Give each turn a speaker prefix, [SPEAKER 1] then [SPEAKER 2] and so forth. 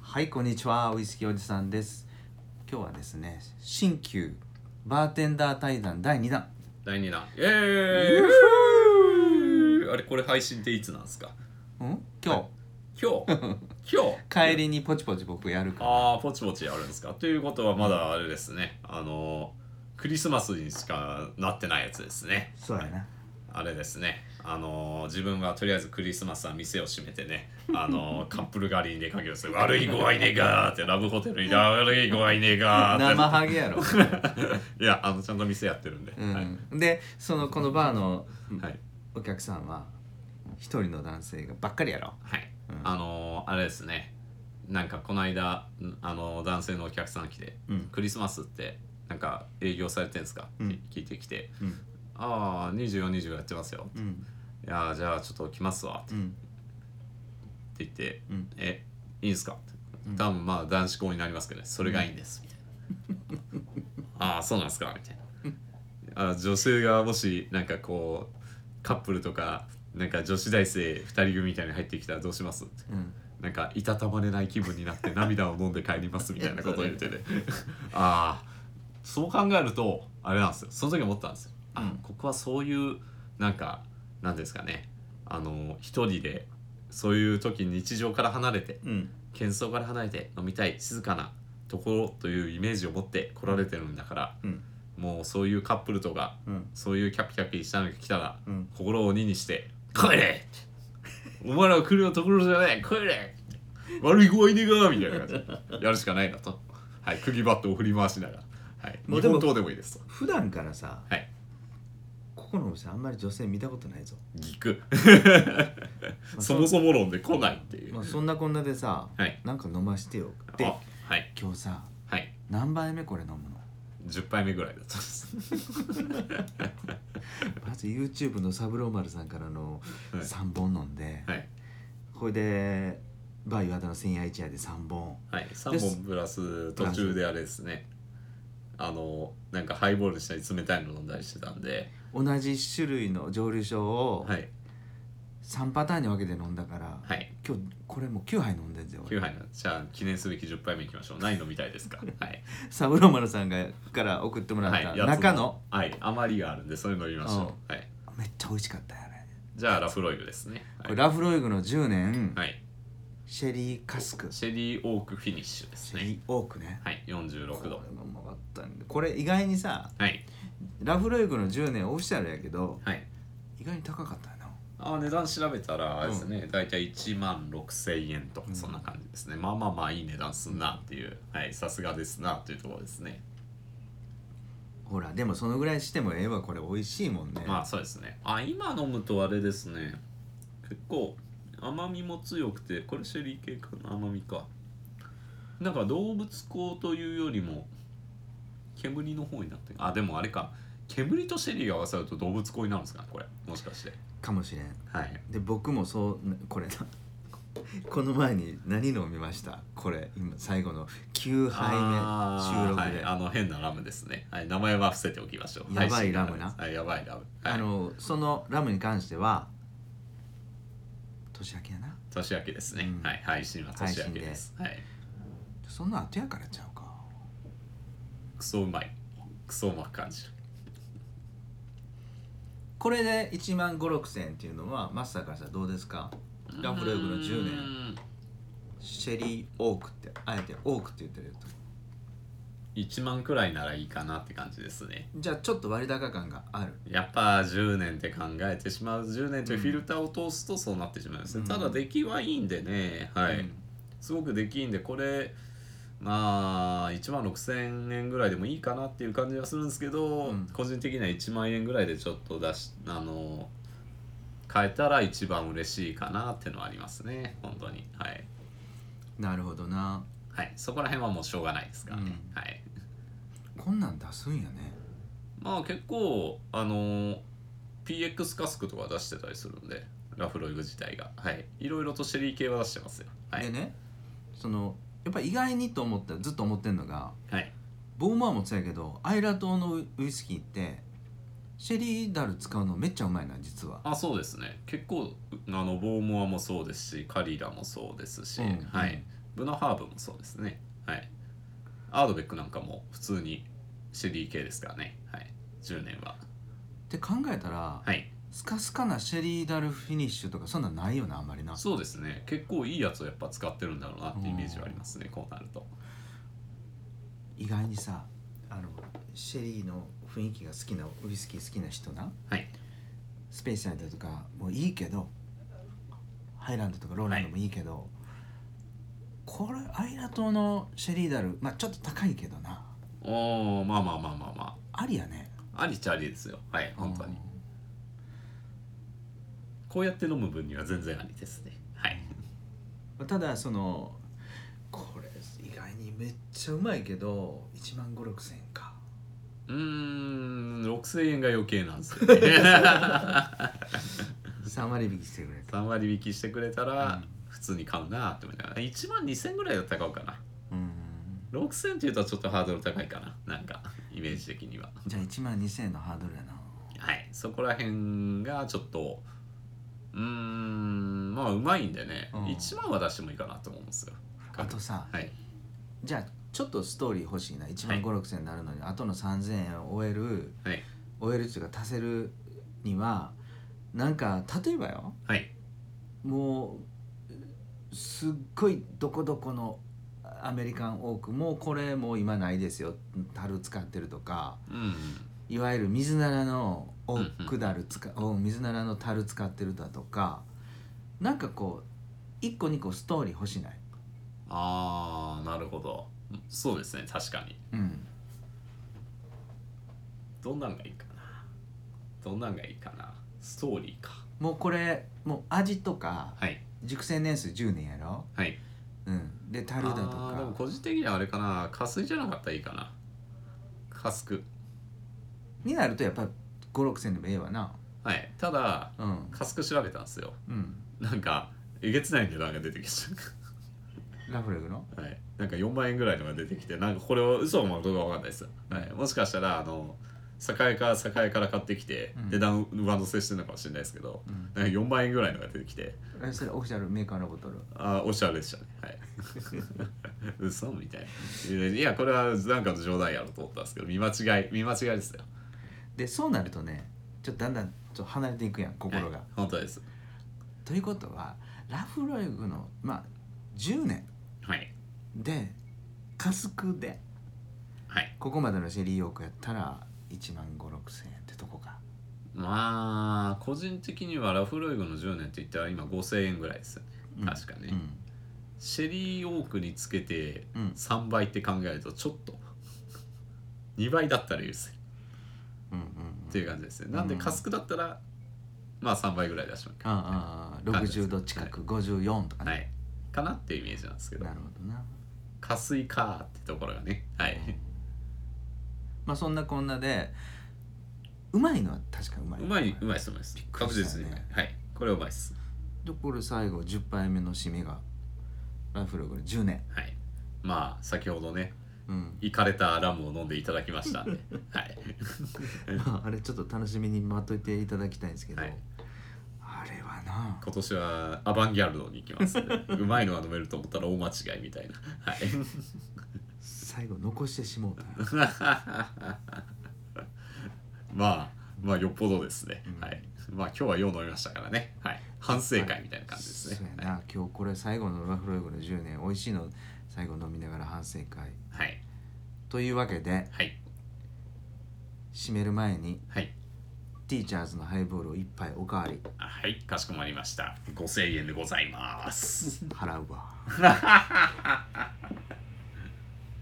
[SPEAKER 1] はいこんにちはウイスキーおじさんです今日はですね新旧バーテンダー対談第2弾
[SPEAKER 2] 第2弾イエーイあれこれ配信っていつなんですか
[SPEAKER 1] うん今日、
[SPEAKER 2] 今 日今日
[SPEAKER 1] 帰りにポチポチ僕やるから
[SPEAKER 2] ああポチポチやるんですかということはまだあれですねあのクリスマスにしかなってないやつですね
[SPEAKER 1] そうやな
[SPEAKER 2] あれですねあの自分はとりあえずクリスマスは店を閉めてねあ のカップル狩りに出かけるんですよ悪い子はいねえかーってラブホテルに悪い子はいねえかーって
[SPEAKER 1] 生ハゲ やろ、
[SPEAKER 2] いやあのちゃんと店やってるんで、
[SPEAKER 1] うん
[SPEAKER 2] はい、
[SPEAKER 1] でそのこのバーの
[SPEAKER 2] はい
[SPEAKER 1] お客さんは一人の男性がばっかりやろ
[SPEAKER 2] はい、
[SPEAKER 1] うん
[SPEAKER 2] あのーあれですねなんかこの間んあのー男性のお客さん来て、
[SPEAKER 1] うん
[SPEAKER 2] クリスマスってなんか営業されてんですか?」って
[SPEAKER 1] うん
[SPEAKER 2] 聞いてきて「
[SPEAKER 1] うん
[SPEAKER 2] ああ2420やってますよ」
[SPEAKER 1] うん
[SPEAKER 2] いやーじゃあちょっと来ますわ」
[SPEAKER 1] う
[SPEAKER 2] って
[SPEAKER 1] ん
[SPEAKER 2] 言って「
[SPEAKER 1] うん
[SPEAKER 2] えいいんすか?」って
[SPEAKER 1] うん
[SPEAKER 2] 多分まあ男子校になりますけどねそれがいいんです」みたいな「ああそうなんですか」みたいなあー女性がもしなんかこうカップルとかなんか女子大生2人組みたいに入ってきたらどうしますって
[SPEAKER 1] うん
[SPEAKER 2] なんかいたたまれない気分になって涙を飲んで帰りますみたいなことを言ってて ああそう考えるとあれなんですよその時思ったんですよ、あ
[SPEAKER 1] うん
[SPEAKER 2] ここはそういうなんかなんですかねあの一人でそういう時日常から離れて
[SPEAKER 1] うん
[SPEAKER 2] 喧騒から離れて飲みたい静かなところというイメージを持って来られてるんだから
[SPEAKER 1] うん
[SPEAKER 2] もうそういうカップルとか
[SPEAKER 1] うん
[SPEAKER 2] そういうキャピキャピしたのが来たら
[SPEAKER 1] うん
[SPEAKER 2] 心を鬼にして「帰れ!」お前らが来るようなところじゃない帰れ!」悪い子はいねえかみたいな感じでやるしかないなと、はい、釘バットを振り回しながら、はい、
[SPEAKER 1] もう
[SPEAKER 2] 日
[SPEAKER 1] でも
[SPEAKER 2] 本刀でもいいですと
[SPEAKER 1] 普段からさ
[SPEAKER 2] はい
[SPEAKER 1] ここのお店あんまり女性見たことないぞ、
[SPEAKER 2] ギク
[SPEAKER 1] まあ
[SPEAKER 2] そもそも論で来ないっていう
[SPEAKER 1] まあ、そんなこんなでさ
[SPEAKER 2] はい
[SPEAKER 1] なんか飲ましてよって
[SPEAKER 2] あはい
[SPEAKER 1] 今日さ
[SPEAKER 2] はい
[SPEAKER 1] 何杯目これ飲むの
[SPEAKER 2] 10杯目ぐらいだったんです
[SPEAKER 1] まず YouTube の三郎丸さんからの
[SPEAKER 2] はい
[SPEAKER 1] 3本飲んで、
[SPEAKER 2] はい
[SPEAKER 1] これでバー岩田の千夜一夜で3本
[SPEAKER 2] はい、3本プラス途中であれですねあのなんかハイボールしたり冷たいの飲んだりしてたんで
[SPEAKER 1] 同じ種類の蒸留酒を
[SPEAKER 2] はい
[SPEAKER 1] 3パターンに分けて飲んだから、
[SPEAKER 2] はい
[SPEAKER 1] 今日これもう9杯飲んでんぜ
[SPEAKER 2] 9
[SPEAKER 1] 俺
[SPEAKER 2] 杯のじゃあ記念すべき10杯目いきましょう何飲みたい ですかはい
[SPEAKER 1] 三郎丸さんがから送ってもらっ
[SPEAKER 2] はい
[SPEAKER 1] た
[SPEAKER 2] やつ
[SPEAKER 1] 中の、
[SPEAKER 2] はい余りがあるんでそれ飲みましょうはい
[SPEAKER 1] めっちゃ美味しかったよね、
[SPEAKER 2] じゃあラフロイグですね
[SPEAKER 1] こ
[SPEAKER 2] は
[SPEAKER 1] れ
[SPEAKER 2] い、
[SPEAKER 1] ラフロイグの10年、
[SPEAKER 2] はい、
[SPEAKER 1] シェリーカスクシ
[SPEAKER 2] シェリーオークフィニッシュです
[SPEAKER 1] ェリ
[SPEAKER 2] ね
[SPEAKER 1] ーオークね
[SPEAKER 2] はい
[SPEAKER 1] こ
[SPEAKER 2] 46
[SPEAKER 1] れ
[SPEAKER 2] 度
[SPEAKER 1] もうまかったんでこれ意外にさ
[SPEAKER 2] はい
[SPEAKER 1] ラフロイグの10年オフィシャルやけど
[SPEAKER 2] はい
[SPEAKER 1] 意外に高かったよな
[SPEAKER 2] あー値段調べたらあれですね、大体1万6000円とかそんな感じですね、まあまあまあいい値段すんなっていうはいさすがですなというところですね
[SPEAKER 1] ほらでもそのぐらいしてもええわこれ美味しいもんね、
[SPEAKER 2] まあそうですねあ今飲むとあれですね結構甘みも強くてこれシェリー系かな甘みかなんか動物香というよりも煙の方になってあでもあれか煙とシェリーが合わさると動物香になるんですかねこれもしかして
[SPEAKER 1] かもしれん
[SPEAKER 2] はい
[SPEAKER 1] で僕もそうなこれな この前に何飲みましたこれ今最後の9
[SPEAKER 2] あ
[SPEAKER 1] 杯目
[SPEAKER 2] ー
[SPEAKER 1] 収録で、
[SPEAKER 2] はい、あの変なラムですね、はい、名前は伏せておきましょう
[SPEAKER 1] やばいラムな
[SPEAKER 2] はい、やばいラム、はい、
[SPEAKER 1] あのそのラムに関しては年明けやな
[SPEAKER 2] 年明けですね、
[SPEAKER 1] うん
[SPEAKER 2] はい配信は年明けですはい
[SPEAKER 1] そんな後やからちゃうか
[SPEAKER 2] クソうまいクソうまく感じる
[SPEAKER 1] これで1万5 6千っていうのはマスターからしたらどうですかラフロイグの10年
[SPEAKER 2] 年
[SPEAKER 1] シェリーオークってあえてオークって言ってると
[SPEAKER 2] 1万くらいならいいかなって感じですね
[SPEAKER 1] じゃあちょっと割高感がある
[SPEAKER 2] やっぱ10年って考えてしまう10年というフィルターを通すとそうなってしまいますね、
[SPEAKER 1] うん
[SPEAKER 2] ただ出来はいいんでねはい、
[SPEAKER 1] うん
[SPEAKER 2] すごく出来いいんでこれまあ1万6000円ぐらいでもいいかなっていう感じはするんですけど、
[SPEAKER 1] うん
[SPEAKER 2] 個人的には1万円ぐらいでちょっと出しあの変えたら一番嬉しいかなってのはありますね本当にはい、
[SPEAKER 1] なるほどな
[SPEAKER 2] はい、そこら辺はもうしょうがないですからね、
[SPEAKER 1] うん
[SPEAKER 2] はい
[SPEAKER 1] こんなん出すんやね
[SPEAKER 2] まあ結構あのー PX カスクとか出してたりするんでラフロイグ自体がはいいろいろとシェリー系は出してますよは
[SPEAKER 1] で
[SPEAKER 2] い、
[SPEAKER 1] ねそのやっぱ意外にと思ったずっと思ってんのが
[SPEAKER 2] はい、
[SPEAKER 1] ボーマーもそうやけどアイラ島のウイスキーってシェリーダル使うのめっちゃうまいな実は
[SPEAKER 2] あそうですね結構あのボーモアもそうですしカリラもそうですし、
[SPEAKER 1] うん
[SPEAKER 2] はいブナハーブもそうですねはいアードベックなんかも普通にシェリー系ですからねはい10年は
[SPEAKER 1] て考えたら、
[SPEAKER 2] はい
[SPEAKER 1] スカスカなシェリーダルフィニッシュとかそんなんないよなあんまりな
[SPEAKER 2] そうですね結構いいやつをやっぱ使ってるんだろうなってイメージはありますねこうなると
[SPEAKER 1] 意外にさあのシェリーの雰囲気が好きなウイスキー好きな人な
[SPEAKER 2] はい
[SPEAKER 1] スペースサイドとかもいいけどハイランドとかローランドもいいけど、これアイラ島のシェリーダルまあちょっと高いけどな
[SPEAKER 2] おーまあまあまあまあま
[SPEAKER 1] ありやね
[SPEAKER 2] あありっちゃありですよはい本当に、
[SPEAKER 1] うん
[SPEAKER 2] こうやって飲む分には全然ありですねはい
[SPEAKER 1] まあただそのこれ意外にめっちゃうまいけど1万5 6千円 か
[SPEAKER 2] うーん6000円が余計なんですよ ね
[SPEAKER 1] 3割引きしてくれた
[SPEAKER 2] 3割引きしてくれたら
[SPEAKER 1] うん
[SPEAKER 2] 普通に買うなって思いながら1万2000ぐらいだったら買うかな
[SPEAKER 1] うん
[SPEAKER 2] 6000っていうとちょっとハードル高いかななんかイメージ的には
[SPEAKER 1] じゃあ1万2千円のハードルやな
[SPEAKER 2] はいそこら辺がちょっとうーんまあうまいんでね、
[SPEAKER 1] うん
[SPEAKER 2] 1万は出してもいいかなと思うんですよ
[SPEAKER 1] あとさ
[SPEAKER 2] はい
[SPEAKER 1] じゃあちょっとストーリー欲しいな1万5 6千円になるのに、あとの3千円を終える
[SPEAKER 2] はい
[SPEAKER 1] 終えるっていうか足せるにはなんか例えばよ
[SPEAKER 2] はい
[SPEAKER 1] もうすっごいどこどこのアメリカンオークもうこれもう今ないですよ樽使ってるとか
[SPEAKER 2] うん
[SPEAKER 1] いわゆる水ならのオークダル使、う水ならの樽使ってるだとかなんかこう1個2個ストーリー欲しない、
[SPEAKER 2] ああなるほどそうですね確かに
[SPEAKER 1] うん、
[SPEAKER 2] どんなんがいいかなどんなんがいいかなストーリーか
[SPEAKER 1] もうこれもう味とか
[SPEAKER 2] はい
[SPEAKER 1] 熟成年数10年やろ、
[SPEAKER 2] はい
[SPEAKER 1] うん、で
[SPEAKER 2] あ
[SPEAKER 1] 樽だと
[SPEAKER 2] あーでも
[SPEAKER 1] か
[SPEAKER 2] 個人的にはあれかな加水じゃなかったらいいかなカスク
[SPEAKER 1] になるとやっぱ56000でもええわな
[SPEAKER 2] はいただ
[SPEAKER 1] うん
[SPEAKER 2] カスク調べたんですよ
[SPEAKER 1] うん
[SPEAKER 2] なんかえげつない値段が出てき ちゃう
[SPEAKER 1] ラフレグの
[SPEAKER 2] はい、なんか4万円ぐらいのが出てきてなんかこれは嘘もどうかわかんないです、はい、もしかしたらあの栄か栄から買ってきて、
[SPEAKER 1] うん
[SPEAKER 2] 値段上乗せしてるのかもしれないですけど
[SPEAKER 1] うん
[SPEAKER 2] なんか4万円ぐらいのが出てきて
[SPEAKER 1] えそれオフィシャルメーカーのボトル
[SPEAKER 2] ああおしゃれでしたねはい 嘘みたいないやこれはなんかの冗談やろと思ったんですけど見間違い見間違いですよ
[SPEAKER 1] でそうなるとねちょっとだんだんちょっと離れていくやん心が、
[SPEAKER 2] はい本当です
[SPEAKER 1] ということはラフレグのまあ10年
[SPEAKER 2] はい
[SPEAKER 1] でカスクで
[SPEAKER 2] はい
[SPEAKER 1] ここまでのシェリーヨークやったら1万5 6千円ってとこか
[SPEAKER 2] まあ個人的にはラフロイグの10年って言ったら今5000円ぐらいですよね、
[SPEAKER 1] うん
[SPEAKER 2] 確かね、
[SPEAKER 1] うん
[SPEAKER 2] シェリーオークにつけて
[SPEAKER 1] うん
[SPEAKER 2] 3倍って考えるとちょっと2倍だったらいいですね
[SPEAKER 1] うんうんうん
[SPEAKER 2] っていう感じですねなんで
[SPEAKER 1] うん
[SPEAKER 2] カスクだったらまあ3倍ぐらい出しましょうか
[SPEAKER 1] ああああ60度近く54とかね、
[SPEAKER 2] はいかなっていうイメージなんですけど
[SPEAKER 1] なるほどな
[SPEAKER 2] 加水かーってところがねはい
[SPEAKER 1] まあそんなこんなでうまいのは確かうまいう
[SPEAKER 2] まいうまいですうまいです
[SPEAKER 1] くり
[SPEAKER 2] 確
[SPEAKER 1] した
[SPEAKER 2] 実
[SPEAKER 1] ね
[SPEAKER 2] にうまいはいこれうまいです
[SPEAKER 1] でこれ最後10杯目の締めがラフルグル10年
[SPEAKER 2] はいまあ先ほどね
[SPEAKER 1] うん
[SPEAKER 2] いかれたラムを飲んでいただきましたん ではい
[SPEAKER 1] ま ああれちょっと楽しみに待っといていただきたいんですけど、
[SPEAKER 2] はい
[SPEAKER 1] あれはな
[SPEAKER 2] 今年はアバンギャルドに行きます、ね、うまいのが飲めると思ったら大間違いみたいなはい
[SPEAKER 1] 最後残してしもうたな
[SPEAKER 2] まあまあよっぽどですね、
[SPEAKER 1] うん
[SPEAKER 2] はいまあ今日はよう飲みましたからね、はい、反省会みたいな感じですね
[SPEAKER 1] そうやな今日これ最後のラフルグル10年美味しいの最後飲みながら反省会
[SPEAKER 2] はい
[SPEAKER 1] というわけで
[SPEAKER 2] はい
[SPEAKER 1] 締める前に
[SPEAKER 2] はい
[SPEAKER 1] ティーチャーズのハイボールを1杯おかわり
[SPEAKER 2] あはいかしこまりました5000円でございます
[SPEAKER 1] 払うわ